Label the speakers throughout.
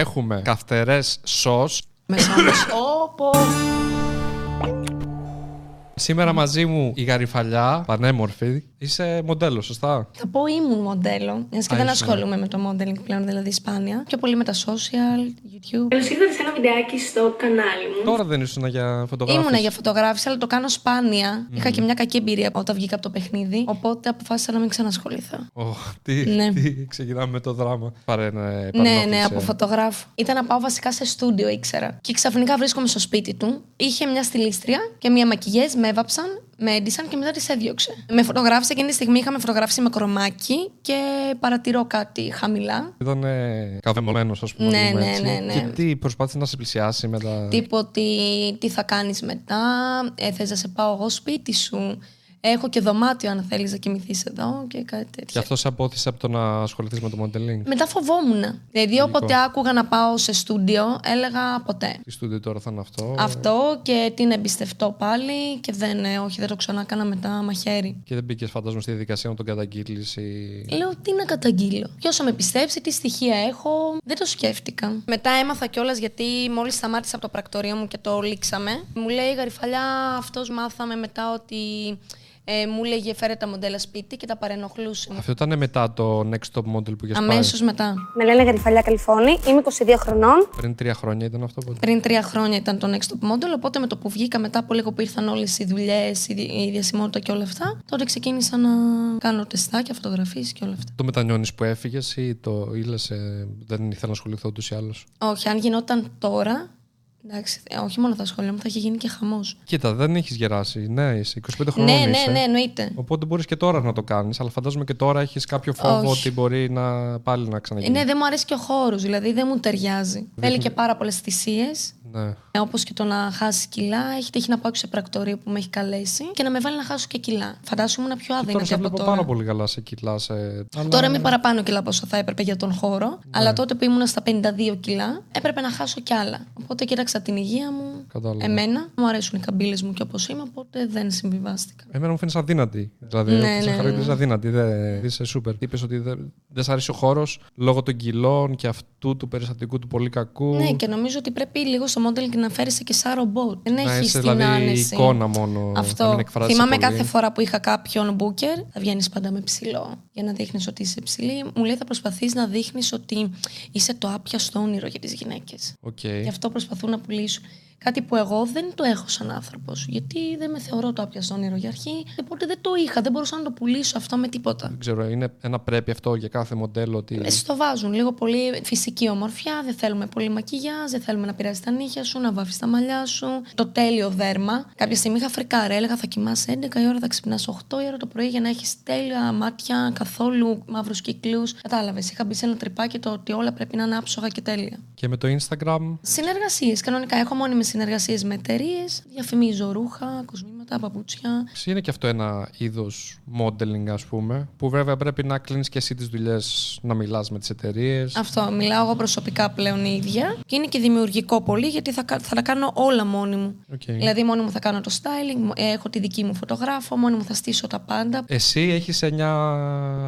Speaker 1: Έχουμε καυτερές σως.
Speaker 2: Μεσάνος. Όπω.
Speaker 1: Σήμερα μαζί μου η γαριφαλιά, πανέμορφη. Είσαι μοντέλος, σωστά.
Speaker 2: Θα πω ήμουν μοντέλο, μιας και
Speaker 1: Α,
Speaker 2: δεν
Speaker 1: ήσουν.
Speaker 2: ασχολούμαι με το modeling πλέον, δηλαδή σπάνια. Πιο πολύ με τα social, YouTube.
Speaker 3: Καλώ ήρθατε σε ένα βιντεάκι στο κανάλι μου.
Speaker 1: Τώρα δεν ήσουν για φωτογράφηση.
Speaker 2: Ήμουνα για φωτογράφηση, αλλά το κάνω σπάνια. Είχα και μια κακή εμπειρία όταν βγήκα από το παιχνίδι. Οπότε αποφάσισα να μην ξανασχοληθώ.
Speaker 1: τι,
Speaker 2: Ναι.
Speaker 1: τι, ξεκινάμε με το δράμα. Πάρε ένα
Speaker 2: Ναι,
Speaker 1: επανόρθωση,
Speaker 2: ναι,
Speaker 1: ε.
Speaker 2: από φωτογράφο. Ήταν να πάω βασικά σε στούντιο, ήξερα. Και ξαφνικά βρίσκομαι στο σπίτι του. Είχε μια στυλίστρια και μια μακιγιές, με έβαψαν, με έντυσαν και μετά τις έδιωξε. Με φωτογράφησε εκείνη τη στιγμή, είχαμε φωτογράφηση με κορομάκι και παρατηρώ κάτι χαμηλά.
Speaker 1: Ήταν ε, καβεμωμένο, ας πούμε. να
Speaker 2: Ναι,
Speaker 1: το πούμε
Speaker 2: ναι,
Speaker 1: έτσι.
Speaker 2: ναι, ναι.
Speaker 1: Και τι προσπάθησε να σε πλησιάσει με τα.
Speaker 2: Τύπο ότι τι θα κάνεις μετά, ε, θες να σε πάω εγώ σπίτι σου, έχω και δωμάτιο αν θέλεις να κοιμηθείς εδώ και κάτι
Speaker 1: Γι'
Speaker 2: τέτοιο.
Speaker 1: αυτό σε απόθυσε από το να ασχοληθείς με το modeling.
Speaker 2: Μετά φοβόμουν. Δηλαδή όποτε άκουγα να πάω σε στούντιο έλεγα ποτέ.
Speaker 1: Τι στούντιο τώρα θα είναι αυτό.
Speaker 2: Αυτό και την εμπιστευτώ πάλι και δεν, ε, όχι δεν το ξανάκανα μετά μαχαίρι.
Speaker 1: Και δεν μπήκες, φαντάζομαι, στη διαδικασία να τον καταγγείλει. Ή...
Speaker 2: Λέω τι να καταγγείλω. Ποιος θα με πιστέψει, τι στοιχεία έχω. Δεν το σκέφτηκα. Μετά έμαθα κιόλας γιατί μόλις σταμάτησα από το πρακτορείο μου και το λήξαμε. Μου λέει Γαριφαλιά, αυτός μάθαμε μετά ότι ε, μου λέγε φέρε τα μοντέλα σπίτι και τα παρενοχλούσε.
Speaker 1: Αυτό ήταν μετά το Next Top Model που είχες πάει.
Speaker 2: Αμέσως μετά.
Speaker 4: Με λένε Γαριφαλιά Καλιφώνη, είμαι 22 χρονών.
Speaker 1: Πριν τρία χρόνια ήταν αυτό. Πότε.
Speaker 2: Πριν τρία χρόνια ήταν το Next Top Model, οπότε με το που βγήκα μετά από λίγο που ήρθαν όλες οι δουλειές, η, δι- η διασημότητα και όλα αυτά, τότε ξεκίνησα να κάνω τεστάκια, φωτογραφίες και όλα αυτά.
Speaker 1: Το μετανιώνεις που έφυγες ή το ήλε, δεν ήθελα να ασχοληθώ ούτως ή άλλως.
Speaker 2: Όχι, αν γινόταν τώρα. Εντάξει, ε, όχι μόνο θα σχολείο μου, θα είχε γίνει και χαμός.
Speaker 1: Κοίτα, δεν έχεις γεράσει. Ναι, είσαι 25 χρόνια.
Speaker 2: Ναι, ναι, ναι, εννοείται.
Speaker 1: Οπότε μπορείς και τώρα να το κάνεις, αλλά φαντάζομαι και τώρα έχεις κάποιο φόβο
Speaker 2: Όχι.
Speaker 1: ότι μπορεί να πάλι να
Speaker 2: Ε,
Speaker 1: ξαναγίνει.
Speaker 2: Ναι, δεν μου αρέσει και ο χώρος, δηλαδή δεν μου ταιριάζει. Θέλει και πάρα πολλές θυσίες.
Speaker 1: Ναι.
Speaker 2: Όπως και το να χάσει κιλά, έχει τύχει να πάω και σε πρακτορείο που με έχει καλέσει και να με βάλει να χάσω και κιλά. Φαντάσου ήμουν πιο
Speaker 1: Τώρα
Speaker 2: άδυνατη
Speaker 1: σε
Speaker 2: από
Speaker 1: βλέπω
Speaker 2: τώρα.
Speaker 1: πάρα πολύ καλά σε κοιλά. Σε... Αλλά...
Speaker 2: Τώρα είμαι παραπάνω κιλά από όσο θα έπρεπε για τον χώρο,
Speaker 1: Ναι.
Speaker 2: αλλά τότε που ήμουν στα 52 κιλά έπρεπε να χάσω κι άλλα. Οπότε κοίταξα την υγεία μου,
Speaker 1: Κατάλαβα.
Speaker 2: εμένα. Μου αρέσουν οι καμπύλες μου και όπως είμαι, οπότε δεν συμβιβάστηκα.
Speaker 1: Εμένα μου φαίνεται αδύνατη. Δηλαδή,
Speaker 2: Ναι,
Speaker 1: ναι, σε
Speaker 2: ναι,
Speaker 1: χαρακτηρίζει αδύνατη. Δεν είσαι σούπερ. Είπες ότι δεν δεν σ' αρέσει ο χώρος λόγω των κιλών και αυτού του περιστατικού του πολύ κακού.
Speaker 2: Ναι, και νομίζω ότι πρέπει λίγο στο modeling να φέρεις και σαν ρομπότ. Δεν
Speaker 1: να
Speaker 2: έχεις
Speaker 1: είσαι
Speaker 2: την
Speaker 1: δηλαδή
Speaker 2: άνεση.
Speaker 1: εικόνα μόνο. να
Speaker 2: Αυτό.
Speaker 1: μην εκφράζεσαι
Speaker 2: Θυμάμαι
Speaker 1: πολύ.
Speaker 2: κάθε φορά που είχα κάποιον booker, θα βγαίνεις πάντα με ψηλό για να δείχνεις ότι είσαι ψηλή. Μου λέει θα προσπαθείς να δείχνεις ότι είσαι το άπιαστο όνειρο για τις γυναίκες.
Speaker 1: Οκ.
Speaker 2: Γι' αυτό προσπαθούν να πουλήσουν. Κάτι που εγώ δεν το έχω σαν άνθρωπος. Γιατί δεν με θεωρώ το άπιαστο όνειρο για αρχή. Οπότε δεν το είχα. Δεν μπορούσα να το πουλήσω αυτό με τίποτα.
Speaker 1: Δεν ξέρω, είναι ένα πρέπει αυτό για κάθε μοντέλο. Ότι...
Speaker 2: Ε, σου το βάζουν λίγο πολύ φυσική ομορφιά, δεν θέλουμε πολύ μακιγιά, δεν θέλουμε να πειράζει τα νύχια σου, να βάφεις τα μαλλιά σου. Το τέλειο δέρμα. Κάποια στιγμή είχα φρικάρει, έλεγα θα κοιμάσαι 11 η ώρα, θα ξυπνάς 8 η ώρα το πρωί για να έχεις τέλεια μάτια, καθόλου μαύρους κύκλους. Κατάλαβες, είχα μπει σε ένα τρυπάκι το ότι όλα πρέπει να είναι άψογα και τέλεια.
Speaker 1: Και με το Instagram.
Speaker 2: Συνεργασίες. Κανονικά έχω μόνιμες συνεργασίες με εταιρείες. Διαφημίζω ρούχα, κοσμήματα, παπούτσια.
Speaker 1: Είναι και αυτό ένα είδος modeling, ας πούμε. Που βέβαια πρέπει να κλείνεις και εσύ τις δουλειές, να μιλάς με τις εταιρείες.
Speaker 2: Αυτό. Μιλάω εγώ προσωπικά πλέον η ίδια. Και είναι και δημιουργικό πολύ γιατί θα, κα- θα τα κάνω όλα μόνη μου.
Speaker 1: Οκ.
Speaker 2: Δηλαδή, μόνη μου θα κάνω το styling, μο- ε, έχω τη δική μου φωτογράφο, μόνη μου θα στήσω τα πάντα.
Speaker 1: Εσύ έχεις 9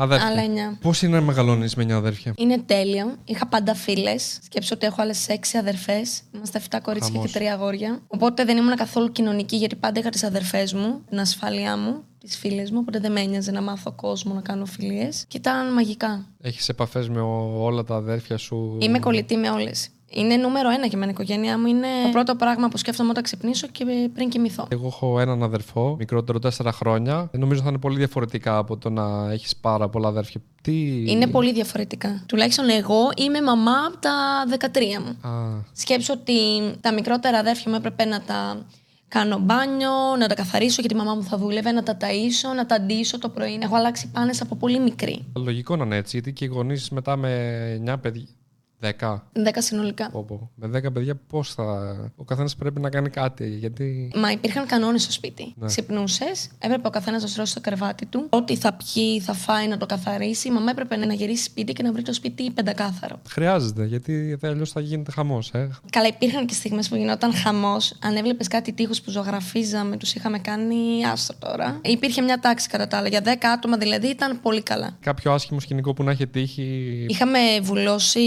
Speaker 1: αδέρφια.
Speaker 2: Άλλα εννιά.
Speaker 1: Πώς είναι να μεγαλώνεις με 9 αδέρφια.
Speaker 2: Είναι τέλειο. Είχα πάντα φίλες. Σκέψω ότι έχω άλλες έξι αδερφές. Είμαστε 7 κορίτσια
Speaker 1: Χαμός.
Speaker 2: και τρία αγόρια. Οπότε δεν ήμουν καθόλου κοινωνική γιατί πάντα είχα τις αδερφές μου, την ασφάλειά μου, τις φίλες μου. Οπότε δεν με ένοιαζε να μάθω κόσμο, να κάνω φιλίες. Και ήταν μαγικά.
Speaker 1: Έχεις επαφές με ο- όλα τα αδέρφια σου.
Speaker 2: Είμαι κολλητή με όλες. Είναι νούμερο ένα για μένα η οικογένειά μου. Είναι το πρώτο πράγμα που σκέφτομαι όταν ξυπνήσω και πριν κοιμηθώ.
Speaker 1: Εγώ έχω έναν αδερφό, μικρότερο 4 χρόνια. Ε, Νομίζω θα είναι πολύ διαφορετικά από το να έχεις πάρα πολλά αδέρφια. Τι.
Speaker 2: Είναι πολύ διαφορετικά. Τουλάχιστον εγώ είμαι μαμά από τα 13 μου.
Speaker 1: Α,
Speaker 2: Σκέψω ότι τα μικρότερα αδέρφια μου έπρεπε να τα κάνω μπάνιο, να τα καθαρίσω γιατί η μαμά μου θα δούλευε, να τα ταΐσω, να τα ντύσω το πρωί. Έχω αλλάξει πάνες από πολύ μικρή.
Speaker 1: λογικό να είναι έτσι, γιατί και οι γονείς μετά με 9 παιδιά. 10.
Speaker 2: 10 συνολικά.
Speaker 1: Πω, πω. Με 10 παιδιά πώς θα. Ο καθένας πρέπει να κάνει κάτι. Γιατί.
Speaker 2: Μα υπήρχαν κανόνες στο σπίτι. Ναι. Ξυπνούσες, έπρεπε ο καθένας να στρώσει το κρεβάτι του. Ό,τι θα πιει, θα φάει, να το καθαρίσει. Η μαμά έπρεπε να γυρίσει σπίτι και να βρει το σπίτι πεντακάθαρο.
Speaker 1: Χρειάζεται, γιατί αλλιώς θα γίνεται χαμός. Ε.
Speaker 2: Καλά, υπήρχαν και στιγμές που γινόταν χαμός. Αν έβλεπες κάτι τείχους που ζωγραφίζαμε, τους είχαμε κάνει άστο τώρα. Υπήρχε μια τάξη κατά τα άλλα. Για 10 άτομα δηλαδή ήταν πολύ καλά.
Speaker 1: Κάποιο άσχημο σκηνικό που να έχει τύχει.
Speaker 2: Είχαμε βουλώσει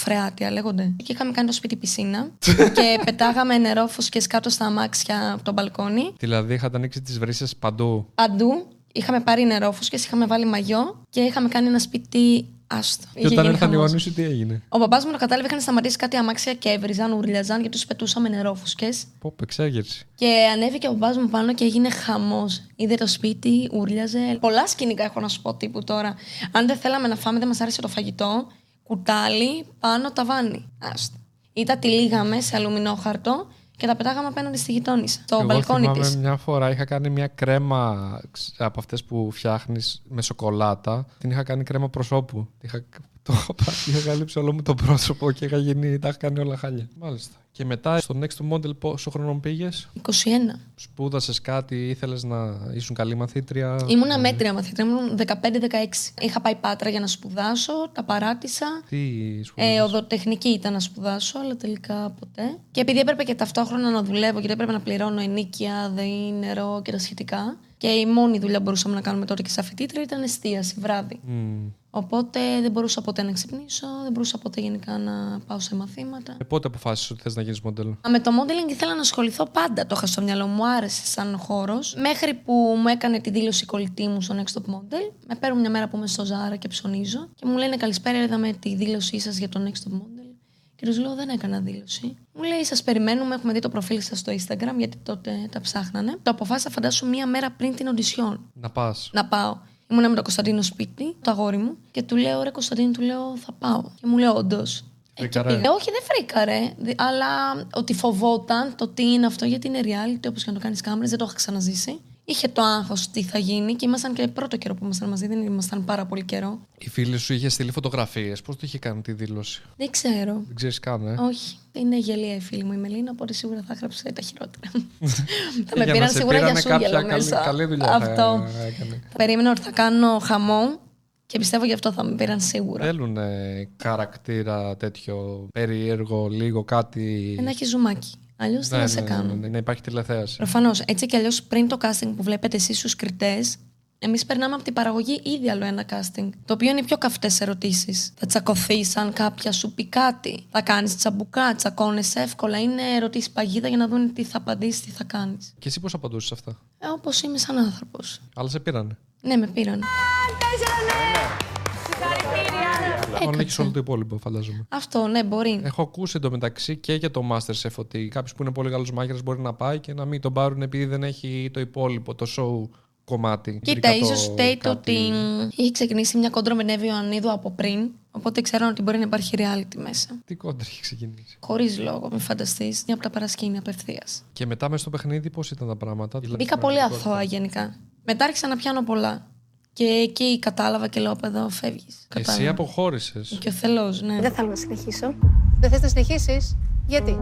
Speaker 2: φρεάτια λέγονται. Και είχαμε κάνει το σπίτι πισίνα και πετάγαμε νερό φουσκές κάτω στα αμάξια από τον μπαλκόνι.
Speaker 1: Δηλαδή είχατε ανοίξει τις βρύσες παντού.
Speaker 2: Παντού είχαμε πάρει νερό φουσκές, είχαμε βάλει μαγιό και είχαμε κάνει ένα σπίτι άστο.
Speaker 1: Και όταν ήρθαν οι γονείς σου, τι έγινε.
Speaker 2: Ο μπαμπά μου το κατάλαβε, είχαν σταματήσει κάτι αμάξια και έβριζαν, ουρλιαζαν γιατί τους πετούσαμε νερό φουσκές.
Speaker 1: Πω, εξέγερση.
Speaker 2: Και ανέβηκε ο μπαμπά μου πάνω και έγινε χαμός. Είδε το σπίτι, ούρλιαζε. Πολλά σκηνικά έχω να σου πω τύπου τώρα. Αν δεν θέλαμε να φάμε, δεν μας άρεσε το φαγητό. Κουτάλι πάνω ταβάνι. Άστα. Ή τα τυλίγαμε σε αλουμινόχαρτο και τα πετάγαμε απέναντι στη γειτόνισσα. Στο
Speaker 1: Εγώ
Speaker 2: μπαλκόνι
Speaker 1: θυμάμαι
Speaker 2: της.
Speaker 1: Μια φορά είχα κάνει μια κρέμα ξ- από αυτές που φτιάχνεις με σοκολάτα. Την είχα κάνει κρέμα προσώπου. Την Είχα... Το είχα πάρει, είχα καλύψει όλο μου το πρόσωπο και είχα γίνει. Τα είχα κάνει όλα χάλια. Μάλιστα. Και μετά στο next model, πόσο χρόνο πήγε,
Speaker 2: 21.
Speaker 1: σπούδασες κάτι, ήθελες να ήσουν καλή μαθήτρια.
Speaker 2: Ήμουνα μέτρια μαθήτρια, ήμουν 15-16. Είχα πάει πάτρα για να σπουδάσω, τα παράτησα.
Speaker 1: Τι σπούδασες?
Speaker 2: Ε, οδοτεχνική ήταν να σπουδάσω, αλλά τελικά ποτέ. Και επειδή έπρεπε και ταυτόχρονα να δουλεύω, γιατί έπρεπε να πληρώνω ενίκεια, ΔΕΗ, νερό και τα σχετικά. Και η μόνη δουλειά που μπορούσαμε να κάνουμε τότε και σαν φοιτήτρια ήταν εστίαση βράδυ.
Speaker 1: Μμμ.
Speaker 2: Οπότε δεν μπορούσα ποτέ να ξυπνήσω, δεν μπορούσα ποτέ γενικά να πάω σε μαθήματα.
Speaker 1: Ε, πότε αποφάσισες ότι θες να γίνεις μοντέλο.
Speaker 2: Α, Με το modeling ήθελα να ασχοληθώ πάντα. Το είχα στο μυαλό μου, μου άρεσε σαν χώρος. Μέχρι που μου έκανε τη δήλωση η κολλητή μου στο Next Top Model. Με παίρνουν μια μέρα που είμαι στο Ζάρα και ψωνίζω. Και μου λένε Καλησπέρα, είδαμε τη δήλωσή σας για το Next Top Model. Και του λέω: Δεν έκανα δήλωση. Μου λέει: Σας περιμένουμε, έχουμε δει το προφίλ σας στο Instagram, γιατί τότε τα ψάχνανε. Το αποφάσισα, φαντάσου, μία μέρα πριν την οντισιόν
Speaker 1: Να πας.
Speaker 2: να πάω. Ήμουνα με τον Κωνσταντίνο σπίτι, το αγόρι μου, και του λέω: Ρε Κωνσταντίνο, του λέω: Θα πάω. Και μου λέει: Όντως.
Speaker 1: Φρίκαρε.
Speaker 2: όχι, δεν φρίκαρε. δι- Αλλά ότι φοβόταν το τι είναι αυτό, γιατί είναι reality, όπως και να το κάνεις κάμερες, δεν το είχα ξαναζήσει. Είχε το άγχος τι θα γίνει και ήμασταν και πρώτο καιρό που ήμασταν μαζί, δεν ήμασταν πάρα πολύ καιρό.
Speaker 1: Η φίλη σου είχε στείλει φωτογραφίες. Πώς το είχε κάνει τη δήλωση.
Speaker 2: Δεν ξέρω.
Speaker 1: Δεν ξέρεις καν, ε.
Speaker 2: Όχι, είναι γελία η φίλη μου η Μελίνα, οπότε σίγουρα θα έγραψε τα χειρότερα. θα με
Speaker 1: Για να
Speaker 2: πήραν
Speaker 1: σε
Speaker 2: σίγουρα για
Speaker 1: πήρανε κάποια
Speaker 2: σούγγελο
Speaker 1: καλή-
Speaker 2: μέσα.
Speaker 1: καλή δουλειά ε. θα
Speaker 2: Αυτό.
Speaker 1: έκανε.
Speaker 2: Περίμενα ότι θα κάνω χαμό και πιστεύω γι' αυτό θα με πήραν σίγουρα.
Speaker 1: Θέλουν χαρακτήρα τέτοιο περίεργο, λίγο κάτι.
Speaker 2: Ένα έχει ζουμάκι. Αλλιώ
Speaker 1: Ναι,
Speaker 2: δεν θα Ε, σε Ε.
Speaker 1: ναι,
Speaker 2: κάνουν.
Speaker 1: ναι, ναι, να υπάρχει τηλεθέαση.
Speaker 2: Προφανώς. Έτσι κι αλλιώς πριν το casting που βλέπετε εσείς στους κριτές, εμείς περνάμε από την παραγωγή ήδη άλλο ένα casting. Το οποίο είναι οι πιο καυτές ερωτήσεις. Θα τσακωθεί αν κάποια σου πει κάτι. Θα κάνεις τσαμπουκά, τσακώνεσαι εύκολα. Είναι ερωτήσεις παγίδα για να δουν τι θα απαντήσεις, τι θα κάνεις.
Speaker 1: Και εσύ πώς απαντούσες αυτά.
Speaker 2: Ε, Όπως είμαι σαν άνθρωπος.
Speaker 1: Αλλά σε πήρανε.
Speaker 2: Ναι, με πήραν.
Speaker 1: Όταν έχει όλο το υπόλοιπο, φαντάζομαι.
Speaker 2: Αυτό, ναι, μπορεί.
Speaker 1: Έχω ακούσει εντωμεταξύ και για το Masterchef ότι κάποιος που είναι πολύ καλός μάχηρα μπορεί να πάει και να μην τον πάρουν επειδή δεν έχει το υπόλοιπο, το show κομμάτι.
Speaker 2: Κοίτα,
Speaker 1: Ειδικά
Speaker 2: ίσω
Speaker 1: το
Speaker 2: φταίει το
Speaker 1: κάτι-
Speaker 2: ότι είχε ξεκινήσει μια κόντρα με Νέβη Ιωαννίδου από πριν. Οπότε ξέρω ότι μπορεί να υπάρχει reality μέσα.
Speaker 1: Τι κόντρα έχει ξεκινήσει.
Speaker 2: Χωρίς λόγο, μην φανταστεί. Είναι από τα παρασκήνια απευθείας.
Speaker 1: Και μετά μέσα στο παιχνίδι πώς ήταν τα πράγματα. δηλαδή,
Speaker 2: Μπήκα
Speaker 1: στην
Speaker 2: πολύ
Speaker 1: πραγματικότητα.
Speaker 2: αθώα γενικά. Μετά άρχισα να πιάνω πολλά. Και εκεί κατάλαβα και λέω: Εδώ φεύγεις.
Speaker 1: Εσύ αποχώρησες.
Speaker 2: Και ο θελό, ναι.
Speaker 4: Δεν θέλω να συνεχίσω.
Speaker 5: Δεν θες να συνεχίσεις. Γιατί.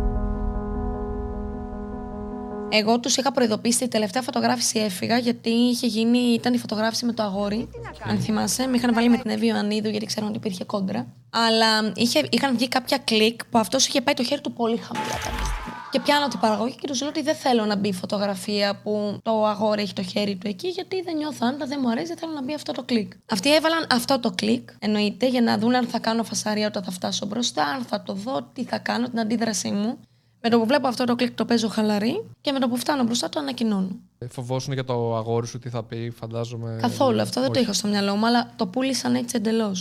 Speaker 2: Εγώ τους είχα προειδοποιήσει στη τελευταία φωτογράφηση έφυγα γιατί είχε γίνει, ήταν η φωτογράφηση με το αγόρι. Αν θυμάσαι, με είχαν βάλει με την Εύη Ιωαννίδου γιατί ξέραν ότι υπήρχε κόντρα. Αλλά είχε, είχαν βγει κάποια κλικ που αυτός είχε πάει το χέρι του πολύ χαμηλά κάποια στιγμή. Και πιάνω την παραγωγή και τους λέω ότι δεν θέλω να μπει η φωτογραφία που το αγόρι έχει το χέρι του εκεί, γιατί δεν νιώθω άνετα, δεν μου αρέσει, δεν θέλω να μπει αυτό το κλικ. Αυτοί έβαλαν αυτό το κλικ, εννοείται, για να δουν αν θα κάνω φασαρία όταν θα φτάσω μπροστά, αν θα το δω, τι θα κάνω, την αντίδρασή μου. Με το που βλέπω αυτό το κλικ το παίζω χαλαρή και με το που φτάνω μπροστά το ανακοινώνω.
Speaker 1: Ε, Φοβόσουν για το αγόρι σου τι θα πει, φαντάζομαι.
Speaker 2: Καθόλου αυτό δεν το είχα στο μυαλό μου, αλλά το πούλησαν έτσι εντελώς.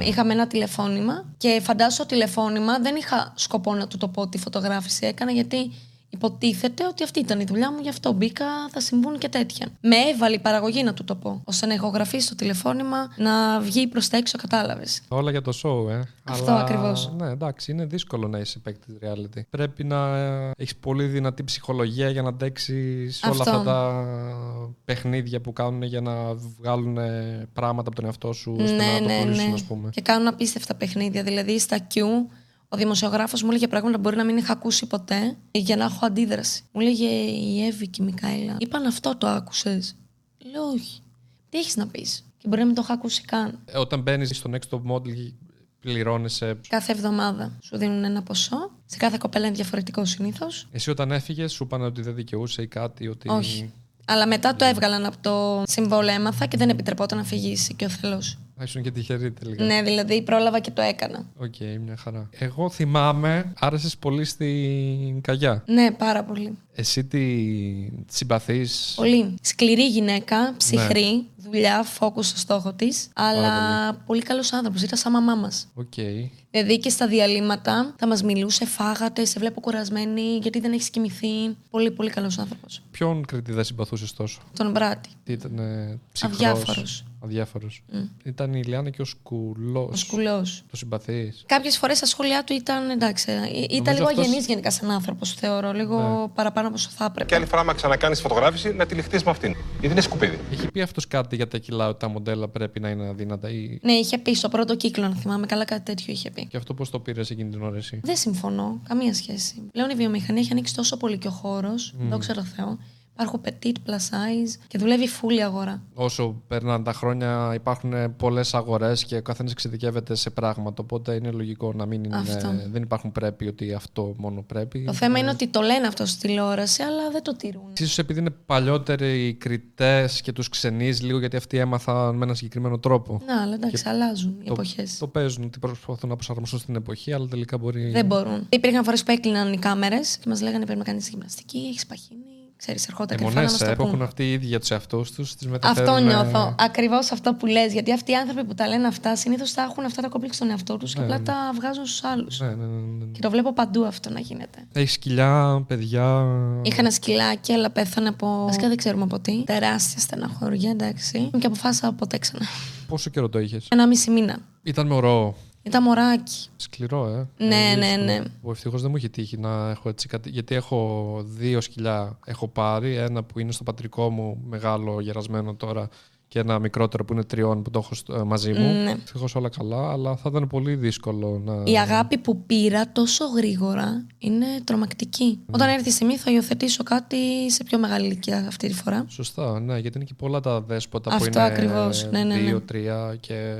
Speaker 2: Είχαμε ένα τηλεφώνημα και φαντάζομαι το τηλεφώνημα δεν είχα σκοπό να του το πω τι φωτογράφηση έκανα γιατί υποτίθεται ότι αυτή ήταν η δουλειά μου, γι' αυτό μπήκα, θα συμβούν και τέτοια. Με έβαλε η παραγωγή να του το πω, ώστε να ηχογραφήσει το τηλεφώνημα, να βγει προς τα έξω, κατάλαβες.
Speaker 1: Όλα για το show, ε.
Speaker 2: Αυτό ακριβώς.
Speaker 1: Ναι, εντάξει, είναι δύσκολο να είσαι παίκτης reality. Πρέπει να έχεις πολύ δυνατή ψυχολογία για να αντέξεις όλα
Speaker 2: Αυτό.
Speaker 1: αυτά τα παιχνίδια που κάνουν για να βγάλουν πράγματα από τον εαυτό σου ώστε
Speaker 2: Ναι,
Speaker 1: να το πουλήσουν, ας πούμε.
Speaker 2: Και κάνουν απίστευτα παιχνίδια. Δηλαδή στα Q, ο δημοσιογράφος μου έλεγε πράγματα που μπορεί να μην είχα ακούσει ποτέ για να έχω αντίδραση. Μου λέγε η Εύη και η Μικαέλα. Είπαν αυτό το άκουσες. Λέω όχι. Τι έχεις να πεις. Και μπορεί να μην το είχα ακούσει καν.
Speaker 1: Ε, Όταν μπαίνεις στο next top model, πληρώνεσαι.
Speaker 2: Κάθε εβδομάδα σου δίνουν ένα ποσό. Σε κάθε κοπέλα είναι διαφορετικός συνήθως.
Speaker 1: Εσύ όταν έφυγες, σου είπαν ότι δεν δικαιούσε ή κάτι. Ότι...
Speaker 2: Όχι. Αλλά μετά το έβγαλαν από το συμβόλαιο έμαθα και δεν επιτρεπόταν να φυγήσει και ο θελός.
Speaker 1: Α, Ήσουν και τυχερή τελικά.
Speaker 2: Ναι, δηλαδή πρόλαβα και το έκανα.
Speaker 1: Οκ, μια χαρά. Εγώ θυμάμαι, άρεσες πολύ στην καγιά.
Speaker 2: Ναι, πάρα πολύ.
Speaker 1: Εσύ τη συμπαθείς.
Speaker 2: Πολύ. Σκληρή γυναίκα, ψυχρή, δουλειά, φόκους στο στόχο της, αλλά πολύ καλός άνθρωπος. Ήταν σαν μαμά μας.
Speaker 1: Οκ.
Speaker 2: Δηλαδή και στα διαλύματα θα μας μιλούσε, φάγατε, σε βλέπω κουρασμένη, γιατί δεν έχεις κοιμηθεί. Πολύ, πολύ καλός άνθρωπος.
Speaker 1: Ποιον κριτή δεν συμπαθούσες τόσο.
Speaker 2: Τον Μπράτη.
Speaker 1: Τι ήταν ε, ψυχρός.
Speaker 2: Αδιάφορος.
Speaker 1: αδιάφορος. Ήταν η Λιάννα και ο Σκουλός.
Speaker 2: Ο σκουλός.
Speaker 1: Το συμπαθείς.
Speaker 2: Κάποιες φορές στα σχόλιά του ήταν εντάξει. ε, Ήταν λίγο
Speaker 1: αυτός-
Speaker 2: αγενή γενικά σαν άνθρωπος, θεωρώ. Λίγο παραπάνω από όσο θα
Speaker 6: Και
Speaker 2: έπρεπε.
Speaker 6: άλλη φορά, άμα ξανακάνεις φωτογράφηση, να τη ληχτείς με αυτήν. Γιατί είναι σκουπίδι.
Speaker 1: Έχει πει αυτός κάτι για τα κιλά ότι τα μοντέλα πρέπει να είναι αδύνατα ή...
Speaker 2: Ναι, είχε πει στο πρώτο κύκλο, αν θυμάμαι καλά, κάτι τέτοιο είχε πει.
Speaker 1: Και αυτό πώς το πήρες εκείνη την ώρα εσύ.
Speaker 2: Δεν συμφωνώ. Καμία σχέση. Πλέον η βιομηχανία έχει ανοίξει τόσο πολύ και ο χώρος.
Speaker 1: Mm.
Speaker 2: Δόξα τω Θεώ. Υπάρχουν petit, plus size και δουλεύει φούλη αγορά.
Speaker 1: Mm. Όσο περνάνε τα χρόνια υπάρχουν πολλές αγορές και ο καθένας εξειδικεύεται σε πράγματα οπότε είναι λογικό να μην είναι,
Speaker 2: Αυτό.
Speaker 1: δεν υπάρχουν πρέπει ότι αυτό μόνο πρέπει.
Speaker 2: Το θέμα είναι ότι το λένε αυτό στη τηλεόραση, αλλά δεν το τηρούν.
Speaker 1: Ίσως επειδή είναι παλιότεροι οι κριτές και τους ξενείς λίγο γιατί αυτοί έμαθαν με έναν συγκεκριμένο τρόπο.
Speaker 2: Να, αλλά εντάξει, αλλάζουν οι
Speaker 1: Το-
Speaker 2: εποχές.
Speaker 1: Το παίζουν ότι προσπαθούν να προσαρμοστούν στην εποχή, αλλά τελικά μπορεί.
Speaker 2: Δεν μπορούν. Υπήρχαν φορές που έκλειναν οι κάμερες και μας λέγανε πρέπει να κάνεις γυμναστική, έχεις παχύνει. Ξέρεις, ερχόταν κρυφά να
Speaker 1: Αιμονές,
Speaker 2: μα
Speaker 1: ε,
Speaker 2: το
Speaker 1: που έχουν
Speaker 2: πούν.
Speaker 1: αυτοί οι ίδιοι για τους εαυτούς τους. Τις μεταφέρουν,
Speaker 2: Αυτό
Speaker 1: ε,
Speaker 2: νιώθω. Ακριβώς αυτό που λες. Γιατί αυτοί οι άνθρωποι που τα λένε αυτά συνήθως τα έχουν αυτά τα κομπλίξ στον εαυτό
Speaker 1: Ε,
Speaker 2: τους και απλά τα βγάζουν στους άλλους.
Speaker 1: Ναι, ναι, ναι, ναι.
Speaker 2: Και το βλέπω παντού αυτό να γίνεται.
Speaker 1: Έχεις σκυλιά, παιδιά.
Speaker 2: Είχα ένα σκυλάκι, αλλά πέθανε από. Βασικά δεν ξέρουμε από τι. Τεράστια στεναχωριά, εντάξει. Και αποφάσισα ποτέ ξανά.
Speaker 1: Πόσο καιρό το είχες.
Speaker 2: Ένα μισή μήνα.
Speaker 1: Ήταν μωρό.
Speaker 2: Ήταν μωράκι.
Speaker 1: Σκληρό, ε.
Speaker 2: Ναι,
Speaker 1: Ε,
Speaker 2: ναι,
Speaker 1: ίσως.
Speaker 2: ναι.
Speaker 1: Που ευτυχώς δεν μου έχει τύχει να έχω έτσι κάτι. Γιατί έχω δύο σκυλιά. Έχω πάρει ένα που είναι στο πατρικό μου, μεγάλο, γερασμένο τώρα. Και ένα μικρότερο που είναι τριών που το έχω στο- ε, μαζί μου.
Speaker 2: Ναι.
Speaker 1: Ευτυχώς όλα καλά, αλλά θα ήταν πολύ δύσκολο να.
Speaker 2: Η αγάπη που πήρα τόσο γρήγορα είναι τρομακτική. Όταν έρθει η στιγμή θα υιοθετήσω κάτι σε πιο μεγάλη ηλικία αυτή τη φορά.
Speaker 1: Σωστά, ναι, γιατί είναι και πολλά τα δέσποτα που
Speaker 2: Αυτό
Speaker 1: είναι
Speaker 2: ακριβώς, ναι, ναι, ναι.
Speaker 1: δύο, τρία και...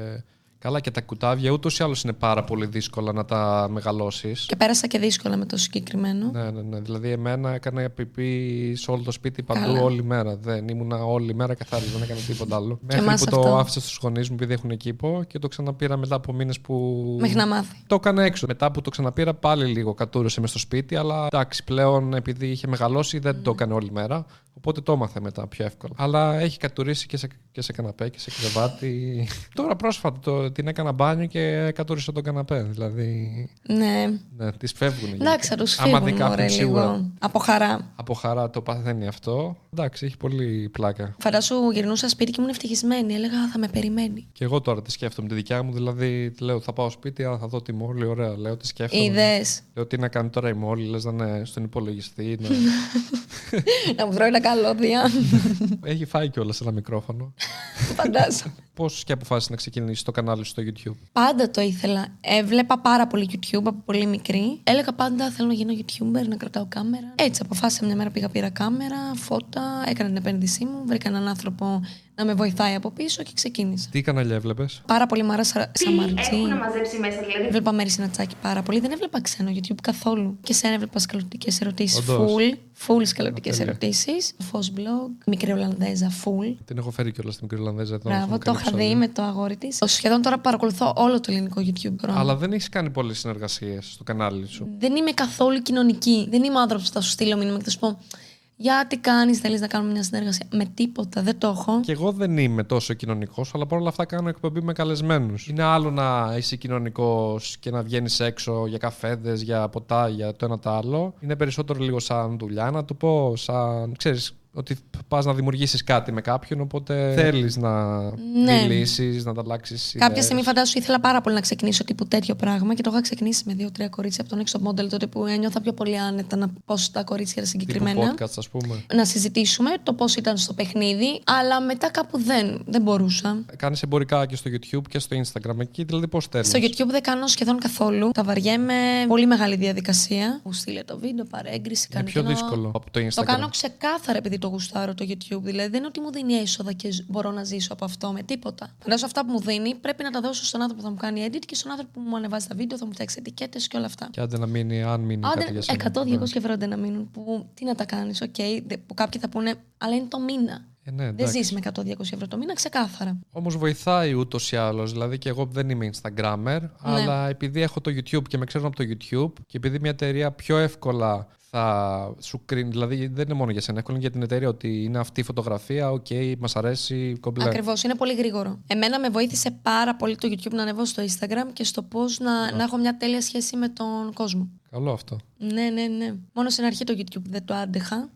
Speaker 1: Καλά και τα κουτάβια ούτως ή άλλως είναι πάρα πολύ δύσκολα να τα μεγαλώσεις.
Speaker 2: Και πέρασα και δύσκολα με το συγκεκριμένο.
Speaker 1: Ναι, ναι, ναι. Δηλαδή, εμένα έκανα πιπί σε όλο το σπίτι παντού
Speaker 2: Καλά. όλη
Speaker 1: όλη μέρα. Δεν ήμουνα όλη μέρα καθάρισμα, δεν έκανα τίποτα άλλο. Μέχρι
Speaker 2: εμάς
Speaker 1: που το
Speaker 2: αυτό.
Speaker 1: άφησα στους γονείς μου επειδή έχουν κήπο και το ξαναπήρα μετά από μήνες που.
Speaker 2: Μέχρι να μάθει.
Speaker 1: Το έκανα έξω. Μετά που το ξαναπήρα, πάλι λίγο κατούρωσε μες στο σπίτι. Αλλά εντάξει, πλέον επειδή είχε μεγαλώσει, δεν το έκανε όλη μέρα. Οπότε το έμαθε μετά πιο εύκολα. Αλλά έχει κατουρίσει και σε, και σε καναπέ και σε κρεβάτι. Τώρα πρόσφατα το, την έκανα μπάνιο και κατούρισα τον καναπέ. Δηλαδή.
Speaker 2: Ναι.
Speaker 1: Ναι, τις φεύγουν.
Speaker 2: Εντάξει, θα τους
Speaker 1: Άμα δει
Speaker 2: φύγουν
Speaker 1: κάποιον,
Speaker 2: μωρέ,
Speaker 1: σίγουρα
Speaker 2: λίγο. Από χαρά.
Speaker 1: από χαρά το παθαίνει αυτό. Εντάξει, έχει πολύ πλάκα.
Speaker 2: Φαντάσου γυρνούσα σπίτι και ήμουν ευτυχισμένη. Έλεγα «Α, θα με περιμένει.
Speaker 1: Και εγώ τώρα τη σκέφτομαι τη δικιά μου. Δηλαδή, τη λέω θα πάω σπίτι, αλλά θα δω τη μόλι. Ωραία, λέω τη σκέφτομαι.
Speaker 2: Είδες.
Speaker 1: Λέω τι να κάνει τώρα η μόλι, λες να είναι στον υπολογιστή. Να...
Speaker 2: να μου βρω ένα καλώδια.
Speaker 1: έχει φάει κιόλας ένα μικρόφωνο.
Speaker 2: Φαντάζομαι.
Speaker 1: Πώς και αποφάσισε να ξεκινήσεις το κανάλι στο YouTube.
Speaker 2: Πάντα το ήθελα. Έβλεπα πάρα πολύ YouTube από πολύ μικρή. Έλεγα πάντα θέλω να γίνω YouTuber, να κρατάω κάμερα. Έτσι, αποφάσισα μια μέρα πήγα πήρα κάμερα, φώτα, έκανα την επένδυσή μου, βρήκα έναν άνθρωπο να με βοηθάει από πίσω και ξεκίνησα.
Speaker 1: Τι κανάλια έβλεπες.
Speaker 2: Πάρα πολύ μ' άρεσε Σαμαρτζή.
Speaker 3: Έχουν μαζέψει μέσα, δηλαδή.
Speaker 2: Έβλεπα Μέρι Σινατσάκη πάρα πολύ. Δεν έβλεπα ξένο YouTube καθόλου. Και σένα έβλεπα σκαλωτικές ερωτήσεις.
Speaker 1: Όντως.
Speaker 2: Full. Full σκαλωτικές
Speaker 1: Τέλεια.
Speaker 2: ερωτήσεις. Φως blog. Μικρή Ολλανδέζα. Full.
Speaker 1: Την έχω φέρει κιόλας στην μικρή Ολλανδέζα εδώ. στο
Speaker 2: Μπράβο,
Speaker 1: μικρό
Speaker 2: το είχα
Speaker 1: επεισόδιο.
Speaker 2: δει με το αγόρι της. Σχεδόν τώρα παρακολουθώ όλο το ελληνικό YouTube. χρόνο.
Speaker 1: Αλλά δεν έχεις κάνει πολλές συνεργασίες στο κανάλι σου.
Speaker 2: Δεν είμαι καθόλου κοινωνική. Δεν είμαι άνθρωπος που θα σου στείλω μήνυμα και θα σου πω Για τι κάνεις, θέλεις να κάνουμε μια συνεργασία. Με τίποτα, δεν το έχω.
Speaker 1: Και εγώ δεν είμαι τόσο κοινωνικός, αλλά παρόλα αυτά κάνω εκπομπή με καλεσμένους. Είναι άλλο να είσαι κοινωνικός και να βγαίνεις έξω για καφέδες, για ποτά, για το ένα το άλλο. Είναι περισσότερο λίγο σαν δουλειά, να το πω, σαν. ξέρεις, ότι πας να δημιουργήσεις κάτι με κάποιον, οπότε θέλεις να
Speaker 2: Ναι.
Speaker 1: μιλήσεις, να ανταλλάξει.
Speaker 2: Κάποια στιγμή φαντάσου ήθελα πάρα πολύ να ξεκινήσω τύπου τέτοιο πράγμα και το είχα ξεκινήσει με δύο-τρία κορίτσια από τον έξω μόντελ τότε που ένιωθα πιο πολύ άνετα να πω στα κορίτσια συγκεκριμένα.
Speaker 1: podcast, ας πούμε.
Speaker 2: Να συζητήσουμε το πώς ήταν στο παιχνίδι, αλλά μετά κάπου δεν, δεν μπορούσα.
Speaker 1: Κάνεις εμπορικά και στο YouTube και στο Instagram. Εκεί δηλαδή πώς θέλεις.
Speaker 2: Στο YouTube δεν κάνω σχεδόν καθόλου. Τα βαριέμαι. Πολύ μεγάλη διαδικασία. Μου στείλε το βίντεο, παρέγκριση,
Speaker 1: Είναι
Speaker 2: κάνει
Speaker 1: πιο
Speaker 2: κοινό.
Speaker 1: δύσκολο από το Instagram.
Speaker 2: Το κάνω ξεκάθαρα επειδή το γουστάρω το YouTube. Δηλαδή δεν είναι ότι μου δίνει έσοδα και ζ- μπορώ να ζήσω από αυτό με τίποτα. Φαντάζομαι αυτά που μου δίνει πρέπει να τα δώσω στον άνθρωπο που θα μου κάνει edit και στον άνθρωπο που μου ανεβάζει τα βίντεο, θα μου φτιάξει ετικέτες και όλα αυτά.
Speaker 1: Και άντε να μείνει, αν μείνει κάτι για σένα. Ναι.
Speaker 2: Άντε, 100-200 ευρώ δεν να μείνουν. Που, τι να τα κάνεις, οκ. δε- Που κάποιοι θα πούνε, αλλά είναι το μήνα.
Speaker 1: Ε, ναι,
Speaker 2: Δεν ζεις με 100-200 ευρώ το μήνα, ξεκάθαρα.
Speaker 1: Όμως βοηθάει ούτως ή άλλως. Δηλαδή και εγώ που δεν είμαι Instagrammer,
Speaker 2: Ναι.
Speaker 1: αλλά επειδή έχω το YouTube και με ξέρουν από το YouTube και επειδή μια εταιρεία πιο εύκολα θα σου κρίνει. Δηλαδή δεν είναι μόνο για σένα, εύκολα είναι για την εταιρεία ότι είναι αυτή η φωτογραφία, οκ, μας αρέσει, κομπλέ.
Speaker 2: Ακριβώς, είναι πολύ γρήγορο. Εμένα με βοήθησε πάρα πολύ το YouTube να ανεβώ στο Instagram και στο πώς
Speaker 1: Ναι.
Speaker 2: να, να έχω μια τέλεια σχέση με τον κόσμο.
Speaker 1: Καλό αυτό.
Speaker 2: Ναι, ναι, ναι. Μόνο στην αρχή το YouTube δεν το άντεχα.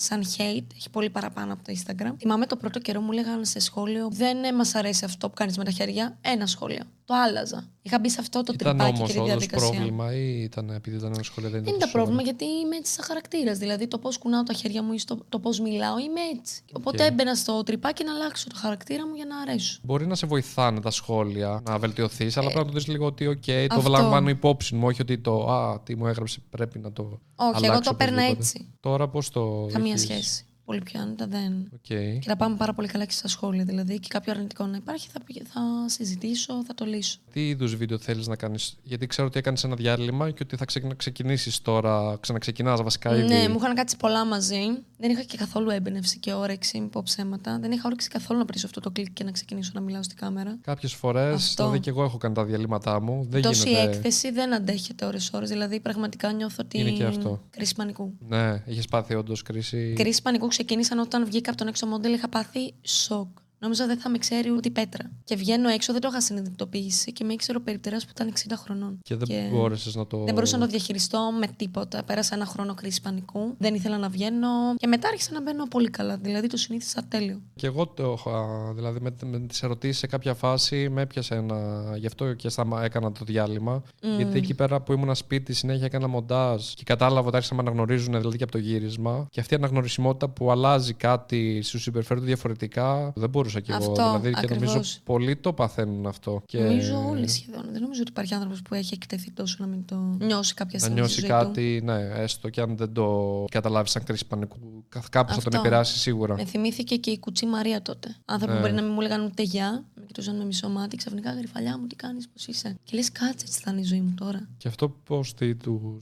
Speaker 2: Σαν hate, έχει πολύ παραπάνω από το Instagram. Θυμάμαι το πρώτο καιρό μου λέγανε σε σχόλιο: Δεν ε, μας αρέσει αυτό που κάνεις με τα χέρια. Ένα σχόλιο. Το άλλαζα. Είχα μπει σε αυτό το
Speaker 1: Ήταν
Speaker 2: τρυπάκι
Speaker 1: όμως
Speaker 2: και τη
Speaker 1: όντω
Speaker 2: διαδικασία.
Speaker 1: πρόβλημα ή ήταν επειδή ήταν ένα σχολείο δεν ήταν.
Speaker 2: Δεν είναι τα
Speaker 1: τόσο σοβαρό.
Speaker 2: πρόβλημα γιατί είμαι έτσι σαν χαρακτήρας. Δηλαδή το πώς κουνάω τα χέρια μου ή στο, το πώς μιλάω είμαι έτσι. Οπότε έμπαινα στο τρυπάκι να αλλάξω το χαρακτήρα μου για να αρέσω.
Speaker 1: Μπορεί να σε βοηθάνε τα σχόλια να βελτιωθείς, αλλά πρέπει να το δεις λίγο ότι, οκ, το
Speaker 2: Ε, αυτό.
Speaker 1: λαμβάνω υπόψη μου. Όχι ότι το, α, τι μου έγραψε, πρέπει να το.
Speaker 2: εγώ το
Speaker 1: αλλάξω
Speaker 2: παίρνα
Speaker 1: οπωσδήποτε.
Speaker 2: έτσι.
Speaker 1: Τώρα πώς το.
Speaker 2: Καμία
Speaker 1: έχεις?
Speaker 2: σχέση. Πολύ πιο άνετα δεν.
Speaker 1: Οκ.
Speaker 2: Και να πάμε πάρα πολύ καλά και στα σχόλια. Δηλαδή και κάποιο αρνητικό να υπάρχει θα, πηγα- θα συζητήσω, θα το λύσω.
Speaker 1: Τι είδους βίντεο θέλεις να κάνεις, Γιατί ξέρω ότι έκανες ένα διάλειμμα και ότι θα ξεκινήσεις τώρα, ξαναξεκινάς βασικά ήδη.
Speaker 2: Ναι, μου είχαν κάτσει πολλά μαζί. Δεν είχα και καθόλου έμπνευση και όρεξη, μην πω ψέματα. Δεν είχα όρεξη καθόλου να πρίσω αυτό το κλικ και να ξεκινήσω να μιλάω στη κάμερα.
Speaker 1: Κάποιες φορές,
Speaker 2: Αυτό.
Speaker 1: δηλαδή και εγώ έχω κάνει τα διαλύματά μου. Δεν
Speaker 2: Τόση
Speaker 1: γίνεται. ε.
Speaker 2: έκθεση δεν αντέχεται ώρες-ώρες. Δηλαδή, πραγματικά νιώθω την
Speaker 1: Είναι και αυτό. Ε.
Speaker 2: κρίση πανικού.
Speaker 1: Ναι, είχες πάθει όντως κρίση.
Speaker 2: Κρίση πανικού ξεκίνησαν όταν βγήκα από τον έξω μόντελ. Είχα πάθει σοκ. Νόμιζα δεν θα με ξέρει ούτε η πέτρα. Και βγαίνω έξω, δεν το είχα συνειδητοποιήσει και με ήξερε ο περιπτεράς που ήταν 60 χρονών.
Speaker 1: Και δεν μπόρεσες να το.
Speaker 2: Δεν μπορούσα να το διαχειριστώ με τίποτα. Πέρασα ένα χρόνο κρίση πανικού. Δεν ήθελα να βγαίνω. Και μετά άρχισα να μπαίνω πολύ καλά. Δηλαδή το συνήθισα τέλειο.
Speaker 1: Και εγώ το έχω. α, Δηλαδή, με, με τις ερωτήσεις σε κάποια φάση με έπιασε ένα. Γι' αυτό και σταμα, έκανα το διάλειμμα.
Speaker 2: Mm.
Speaker 1: Γιατί εκεί πέρα που ήμουν σπίτι, συνέχεια έκανα μοντάζ και κατάλαβα ότι άρχισαν να με αναγνωρίζουν δηλαδή και από το γύρισμα. Και αυτή η αναγνωρισιμότητα που αλλάζει κάτι, σου συμπεριφέρονται διαφορετικά, δεν μπορούσα κι εγώ.
Speaker 2: Αυτό,
Speaker 1: δηλαδή, και
Speaker 2: ακριβώς.
Speaker 1: νομίζω πολλοί το παθαίνουν αυτό. Και
Speaker 2: Νομίζω όλοι σχεδόν. Δεν νομίζω ότι υπάρχει άνθρωπος που έχει εκτεθεί τόσο να μην το νιώσει κάποια
Speaker 1: να
Speaker 2: στιγμή. στη
Speaker 1: νιώσει
Speaker 2: ζωή του.
Speaker 1: κάτι, ναι, έστω και αν δεν το καταλάβεις σαν κρίση πανικού, κάπω θα τον
Speaker 2: Αυτό. Ε.
Speaker 1: επηρεάσει σίγουρα.
Speaker 2: Με θυμήθηκε και η κουτσή Μαρία τότε. Άνθρωποι
Speaker 1: Ε.
Speaker 2: που μπορεί να μην μου έλεγαν ούτε γεια, με κοιτούσαν με μισό μάτι, ξαφνικά γρυφαλιά μου, τι κάνεις, πώς είσαι. Και λες, κάτσε, έτσι θα είναι η ζωή μου τώρα.
Speaker 1: Και αυτό πώς του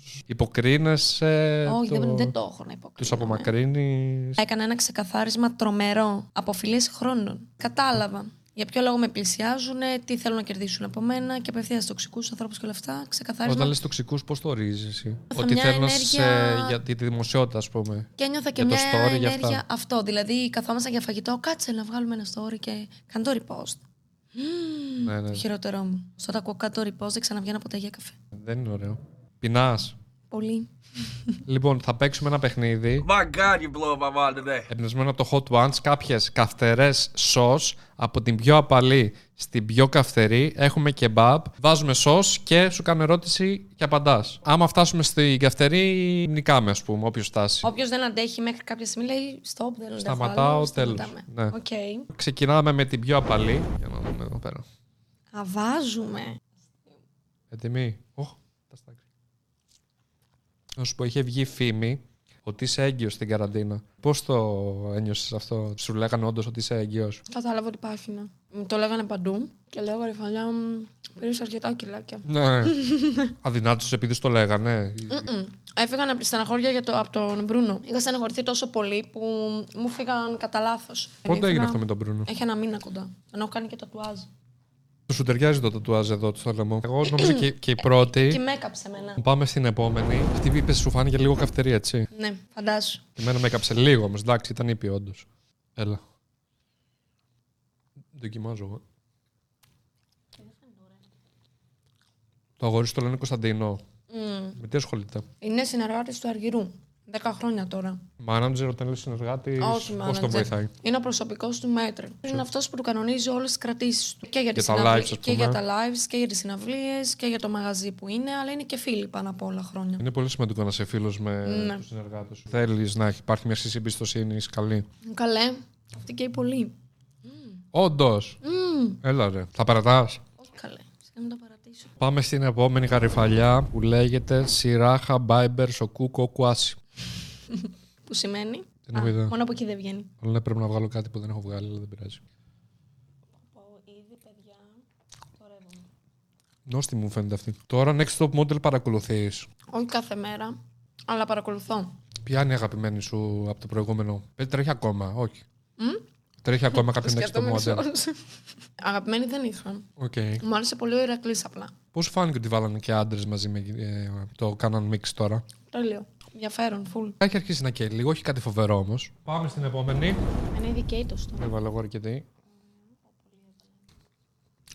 Speaker 1: υποκρίνεσαι.
Speaker 2: Όχι,
Speaker 1: Ε, το...
Speaker 2: δεν, δεν το έχω να υποκρίνω.
Speaker 1: Τους απομακρύνεις.
Speaker 2: Έκανα ένα ξεκαθάρισμα τρομερό από φιλίε χρόνων. Κατάλαβα. Για ποιο λόγο με πλησιάζουν, τι θέλουν να κερδίσουν από μένα και απευθείας τοξικούς ανθρώπους και όλα αυτά. Ξεκαθάρισμα.
Speaker 1: Όταν λες τοξικούς, πώς το ορίζεις εσύ.
Speaker 2: Νιώθω
Speaker 1: Ότι
Speaker 2: μια
Speaker 1: θέλουν να σε.
Speaker 2: ενέργεια-
Speaker 1: για τη τη δημοσιότητα, ας πούμε.
Speaker 2: Και ένιωθα και
Speaker 1: Για το
Speaker 2: μια
Speaker 1: story, για αυτά.
Speaker 2: ενέργεια αυτό. Δηλαδή, καθόμασταν για φαγητό, κάτσε να βγάλουμε ένα story και κάνω το repost.
Speaker 1: Ναι, ναι.
Speaker 2: Το χειρότερό μου. Στο όταν ακούω κάτω repost, δεν ξαναβγαίνω ποτέ για καφέ.
Speaker 1: Δεν είναι ωραίο. Πεινάς.
Speaker 2: Πολύ.
Speaker 1: λοιπόν, θα παίξουμε ένα παιχνίδι.
Speaker 7: My God, you blowing my mind today.
Speaker 1: Εμπνευσμένο από το Hot Ones, κάποιες καυτερές σος από την πιο απαλή στην πιο καυτερή. Έχουμε κεμπάπ. Βάζουμε σος και σου κάνω ερώτηση και απαντάς. Άμα φτάσουμε στην καυτερή, νικάμε, ας πούμε, όποιος φτάσει.
Speaker 2: Όποιος δεν αντέχει μέχρι κάποια στιγμή λέει: Stop, δεν αντέχω.
Speaker 1: Σταματάω,
Speaker 2: άλλο,
Speaker 1: τέλος.
Speaker 2: σταματάμε».
Speaker 1: Ναι.
Speaker 2: Οκ.
Speaker 1: Ξεκινάμε με την πιο απαλή. Για να δούμε εδώ πέρα.
Speaker 2: Αβάζουμε.
Speaker 1: Έτοιμοι. Οχ, τα στάκρυα. Να σου πω, είχε βγει φήμη ότι είσαι έγκυος στην καραντίνα. Πώς το ένιωσες αυτό, σου λέγανε όντως ότι είσαι έγκυος.
Speaker 8: Κατάλαβα ότι πάθηνα. ναι. Μου το λέγανε παντού και λέω γρυφαλιά μου πήρες αρκετά κιλάκια.
Speaker 1: Ναι. Αδυνάτως επειδή σου το λέγανε.
Speaker 8: Μμμ. Έφυγαν από τη στεναχώρια για το, από τον Μπρούνο. Είχα στεναχωρηθεί τόσο πολύ που μου φύγαν κατά λάθος.
Speaker 1: Πότε έγινε αυτό με τον Μπρούνο.
Speaker 8: Έχει ένα μήνα κοντά. Τον έχω κάνει και τατουάζ.
Speaker 1: Σου ταιριάζει το τατουάζ εδώ στο λαιμό. Εγώ νομίζω και, και
Speaker 8: Και
Speaker 1: η πρώτη.
Speaker 8: με έκαψε εμένα.
Speaker 1: Πάμε στην επόμενη. Αυτή που είπες σου φάνηκε λίγο καυτερή, έτσι.
Speaker 8: Ναι, φαντάσου.
Speaker 1: Και εμένα με έκαψε λίγο όμως, εντάξει, ήταν ήπιο όντως. Έλα. Δοκιμάζω εγώ. Το αγόρι σου το λένε Κωνσταντίνο.
Speaker 8: Mm.
Speaker 1: Με τι ασχολείται.
Speaker 8: Είναι συνεργάτης του Αργυρού. Δέκα χρόνια τώρα.
Speaker 1: Μάνατζερ, όταν λέει συνεργάτη,
Speaker 8: Όχι,
Speaker 1: πώς
Speaker 8: μάνατζερ.
Speaker 1: τον βοηθάει.
Speaker 8: Είναι ο προσωπικός του μέτρη. Είναι αυτός που του κανονίζει όλες τις κρατήσεις του. Και για, τις
Speaker 1: τα
Speaker 8: συναυλίες-
Speaker 1: lives, ας
Speaker 8: και
Speaker 1: πούμε.
Speaker 8: για τα lives, και για τις συναυλίες, και για το μαγαζί που είναι, αλλά είναι και φίλοι πάνω από όλα χρόνια.
Speaker 1: Είναι πολύ σημαντικό να είσαι φίλος με
Speaker 8: Ναι.
Speaker 1: τους συνεργάτες σου. Θέλεις να έχει- υπάρχει μια σχέση εμπιστοσύνη καλή.
Speaker 8: Καλέ. Αυτή καίει πολύ.
Speaker 1: Όντως.
Speaker 8: Mm.
Speaker 1: Έλα ρε. Θα παρατάς.
Speaker 8: Όχι καλέ. Σιγά μην το παρατήσω.
Speaker 1: Πάμε στην επόμενη γαριφαλιά που λέγεται Σιράχα Μπάιμπερ Σοκού Κοκουάσι.
Speaker 8: Που σημαίνει.
Speaker 1: Δεν έχω ιδέα.
Speaker 8: Μόνο από εκεί δεν βγαίνει.
Speaker 1: Όλα πρέπει να βγάλω κάτι που δεν έχω βγάλει, αλλά δεν πειράζει. Νόστι μου φαίνεται αυτή. Τώρα next top model παρακολουθείς.
Speaker 8: Όχι κάθε μέρα, αλλά παρακολουθώ.
Speaker 1: Ποια είναι η αγαπημένη σου από το προηγούμενο. Ε, Τρέχει ακόμα, όχι. Τρέχει ακόμα κάποιον να έχει το
Speaker 2: Σκέφτομαι
Speaker 1: μόντελ.
Speaker 2: ξόρνωση. Αγαπημένη δεν είχα.
Speaker 1: Okay.
Speaker 2: Μου άρεσε πολύ ο Ηρακλής απλά.
Speaker 1: Πώς σου φάνηκε ότι βάλανε και άντρες μαζί με. γυ- ε, το κάναν mix τώρα.
Speaker 2: Τέλειο. Ενδιαφέρον, φουλ.
Speaker 1: Έχει αρχίσει να καίει λίγο, όχι κάτι φοβερό όμως. Πάμε στην επόμενη.
Speaker 2: Ένα ειδικέιτο του.
Speaker 1: Έβαλα εγώ αρκετή.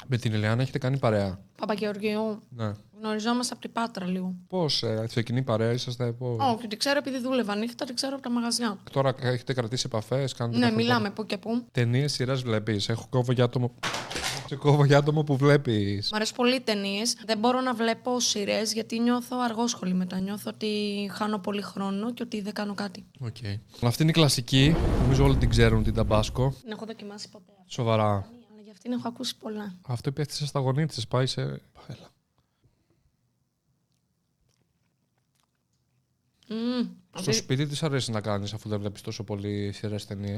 Speaker 1: Με την Ηλιάνα έχετε κάνει παρέα.
Speaker 2: Παπαγεωργιού.
Speaker 1: Ναι.
Speaker 2: Γνωριζόμαστε από την Πάτρα λίγο.
Speaker 1: Πώς, ε, σε κοινή παρέα είσαστε. Πώς...
Speaker 2: Όχι, την ξέρω επειδή δούλευα νύχτα, την ξέρω από τα μαγαζιά.
Speaker 1: Τώρα έχετε κρατήσει επαφές, κάνετε.
Speaker 2: Ναι,
Speaker 1: κάποια
Speaker 2: μιλάμε που και που.
Speaker 1: Ταινίες σειρά βλέπεις. Έχω κόβο για άτομο. Σε κόβο για άτομο που βλέπεις.
Speaker 2: Μ' αρέσουν πολύ οι ταινίες. Δεν μπορώ να βλέπω σειρές γιατί νιώθω αργόσχολη μετά. Νιώθω ότι χάνω πολύ χρόνο και ότι δεν κάνω κάτι.
Speaker 1: Okay. Αυτή είναι η κλασική. Νομίζω όλοι την ξέρουν την Ταμπάσκο.
Speaker 2: Την έχω δοκιμάσει ποτέ αυτή,
Speaker 1: Σοβαρά.
Speaker 2: αλλά για αυτήν έχω ακούσει πολλά.
Speaker 1: Αυτό υπέστησε στα γονή τη. Πάει σε. Έλα.
Speaker 2: Μμμ.
Speaker 1: Στο σπίτι της αρέσει να κάνεις αφού δεν βλέπεις τόσο πολύ σειρές ταινίες.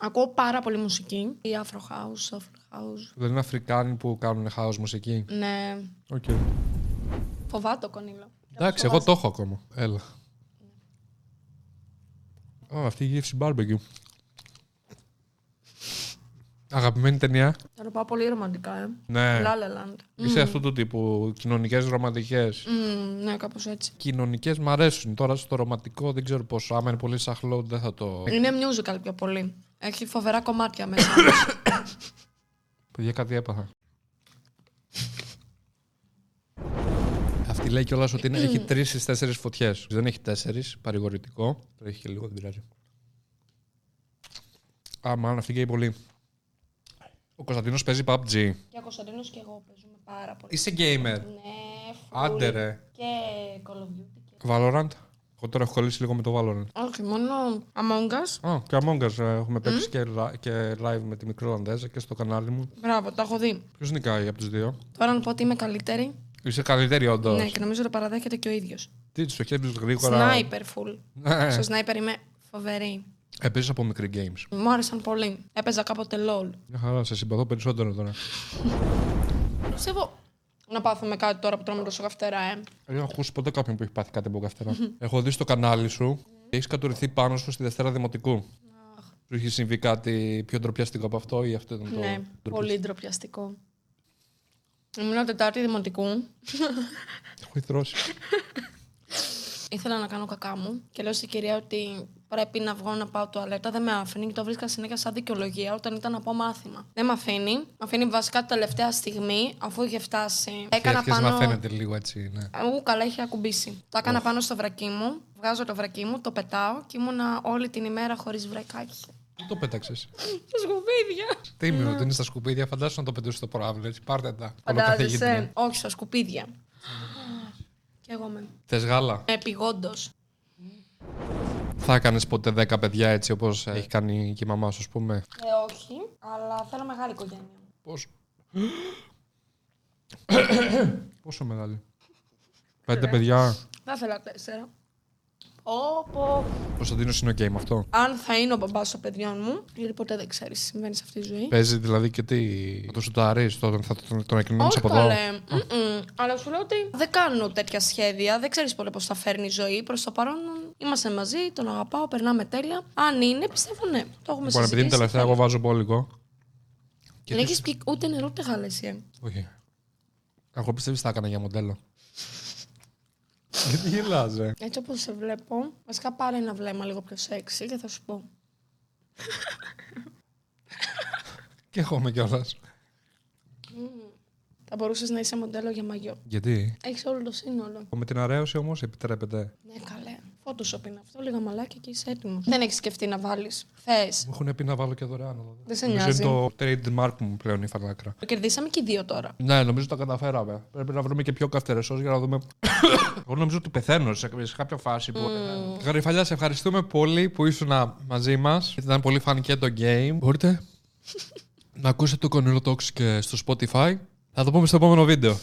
Speaker 2: Ακούω πάρα πολύ μουσική. Η Afro House, Afro House.
Speaker 1: Δεν είναι Αφρικάνοι που κάνουν house μουσική.
Speaker 2: Ναι,
Speaker 1: Οκ.
Speaker 2: φοβάται το κονίλο.
Speaker 1: Εντάξει, εγώ το έχω ακόμα. Έλα. Α, αυτή η γεύση barbecue. Αγαπημένη ταινία.
Speaker 2: Τώρα πάω πολύ ρομαντικά, ε.
Speaker 1: Ναι.
Speaker 2: La La Land.
Speaker 1: Είσαι αυτού του τύπου. Κοινωνικές ρομαντικές.
Speaker 2: Μμμ, ναι, κάπως έτσι.
Speaker 1: Κοινωνικές μ' αρέσουν. Τώρα στο ρομαντικό δεν ξέρω πόσο. Άμα είναι πολύ σαχλό, δεν θα το.
Speaker 2: Είναι musical πιο πολύ. Έχει φοβερά κομμάτια μέσα.
Speaker 1: Παιδιά, κάτι έπαθα. Αυτή λέει κιόλας ότι είναι, έχει τρεις στις τέσσερις φωτιές. Δεν έχει τέσσερις, παρηγορητικό. Τρέχει και λίγο, δεν πειράζει. Α, μάλλον αυτή καίει πολύ. Ο Κωνσταντίνος παίζει PUBG.
Speaker 2: και ο Κωνσταντίνος και εγώ παίζουμε πάρα πολύ.
Speaker 1: Είσαι gamer.
Speaker 2: Ναι,
Speaker 1: Άντε ρε.
Speaker 2: και Call of Duty.
Speaker 1: Valorant. Εγώ τώρα έχω κολλήσει λίγο με το Valorant.
Speaker 2: Όχι, μόνο Among Us.
Speaker 1: Α, και Among Us ε, έχουμε παίξει και, λα- και live με τη μικρή Ολλανδέζα και στο κανάλι μου.
Speaker 2: Μπράβο, τα έχω δει.
Speaker 1: Ποιος νικάει από τους δύο.
Speaker 2: Τώρα να πω ότι είμαι καλύτερη.
Speaker 1: Είσαι καλύτερη, όντως.
Speaker 2: Ναι, και νομίζω το παραδέχεται και ο ίδιος.
Speaker 1: Τι τους οχεύει γρήγορα.
Speaker 2: Σνάιπερ full.
Speaker 1: Ναι.
Speaker 2: Στο σνάιπερ είμαι φοβερή.
Speaker 1: Επίση ε, από μικρή games.
Speaker 2: Μου άρεσαν πολύ. Έπαιζα κάποτε LOL.
Speaker 1: Μια χαρά, σε συμπαθώ περισσότερο τώρα.
Speaker 2: Πιστεύω να πάθουμε κάτι τώρα που τρώμε τόσο καυτερά, ε.
Speaker 1: Έχω ακούσει ποτέ κάποιον που έχει πάθει κάτι από καυτερά. Έχω δει στο κανάλι σου και έχεις κατουρηθεί πάνω σου στη Δευτέρα Δημοτικού. Σου είχε συμβεί κάτι πιο ντροπιαστικό από αυτό ή αυτό ήταν το.
Speaker 2: ναι,
Speaker 1: ντροπιαστικό?
Speaker 2: πολύ ντροπιαστικό. Ήμουν Τετάρτη Δημοτικού.
Speaker 1: Έχω ηθρώσει.
Speaker 2: Ήθελα να κάνω κακά μου και λέω στην κυρία ότι πρέπει να βγω να πάω τουαλέτα. Δεν με άφηνε και το βρίσκα συνέχεια σαν δικαιολογία όταν ήταν από μάθημα. Δεν με αφήνει. Με αφήνει βασικά τη τελευταία στιγμή αφού είχε φτάσει. Έκανα
Speaker 1: Αρχίζει να
Speaker 2: πάνω.
Speaker 1: φαίνεται λίγο έτσι. Ναι.
Speaker 2: Ού, καλά, είχε ακουμπήσει. Το έκανα πάνω στο βρακί μου. Βγάζω το βρακί μου, το πετάω και ήμουνα όλη την ημέρα χωρίς βρακάκι.
Speaker 1: Τι το πέταξες.
Speaker 2: Τα σκουπίδια.
Speaker 1: Τίμιο
Speaker 2: Ναι.
Speaker 1: ότι είναι στα σκουπίδια. Φαντάσου να το πετούσες το προάβλιο. έτσι. Πάρτε τα.
Speaker 2: Φαντάζεσαι. Όχι, στα σκουπίδια. Κι εγώ με.
Speaker 1: Θες γάλα.
Speaker 2: Επιγόντως.
Speaker 1: Θα έκανες ποτέ 10 παιδιά έτσι όπως έχει κάνει και η μαμά σου, ας πούμε.
Speaker 2: Ε, όχι, αλλά θέλω μεγάλη οικογένεια.
Speaker 1: Πόσο. Πόσο μεγάλη. Πέντε παιδιά.
Speaker 2: Δεν θέλω τέσσερα. Όπω.
Speaker 1: Ο Κωνσταντίνος είναι OK με αυτό.
Speaker 2: Αν θα είναι ο μπαμπάς των παιδιών μου, γιατί ποτέ δεν ξέρεις τι συμβαίνει σε αυτή τη ζωή.
Speaker 1: Παίζει δηλαδή και τι. Θα το σουτάρεις, τον, θα τον, τον εκρινώνεις
Speaker 2: Όχι
Speaker 1: από εδώ.
Speaker 2: καλέ. Μμμ. Αλλά σου λέω ότι δεν κάνω τέτοια σχέδια. Δεν ξέρεις πολύ πώς θα φέρνει η ζωή. Προς το παρόν είμαστε μαζί, τον αγαπάω, περνάμε τέλεια. Αν είναι, πιστεύω ναι. Το
Speaker 1: Λοιπόν,
Speaker 2: έχουμε
Speaker 1: επειδή
Speaker 2: συζητήσει.
Speaker 1: είναι τελευταία, εγώ βάζω μπόλικο. Και
Speaker 2: Δεν
Speaker 1: τι-
Speaker 2: έχεις πει ούτε νερό ούτε γάλα, εσύ, ε.
Speaker 1: Όχι. Εγώ πιστεύω ότι θα έκανα για μοντέλο. Γιατί ε? γελάζε.
Speaker 2: Έτσι όπως σε βλέπω, βασικά πάρε ένα βλέμμα λίγο πιο σεξι και θα σου πω.
Speaker 1: Και εγώ με κιόλας.
Speaker 2: Θα μπορούσες να είσαι μοντέλο για μαγιό.
Speaker 1: Γιατί.
Speaker 2: Έχεις όλο το σύνολο.
Speaker 1: Με την αρέωση όμως επιτρέπεται.
Speaker 2: Ναι, καλέ. Photoshop είναι αυτό, λίγα μαλάκια και είσαι έτοιμος. Δεν έχεις σκεφτεί να βάλεις. Θες.
Speaker 1: Μου έχουν πει να βάλω και δωρεάν. αλλά
Speaker 2: Δεν σε
Speaker 1: Νομίζω
Speaker 2: νοιάζει.
Speaker 1: είναι το trademark μου πλέον η φαλάκρα.
Speaker 2: Το κερδίσαμε και οι δύο τώρα.
Speaker 1: Ναι, νομίζω τα καταφέραμε. Πρέπει να βρούμε και πιο καυτερέ για να δούμε. Εγώ νομίζω ότι πεθαίνω σε σε κάποια φάση. Που... Γαριφαλιά, σε ευχαριστούμε πολύ που ήσουν μαζί μας. Ήταν πολύ φαν και το game. Μπορείτε να ακούσετε το Conero Talks και στο Spotify. Θα το πούμε στο επόμενο βίντεο.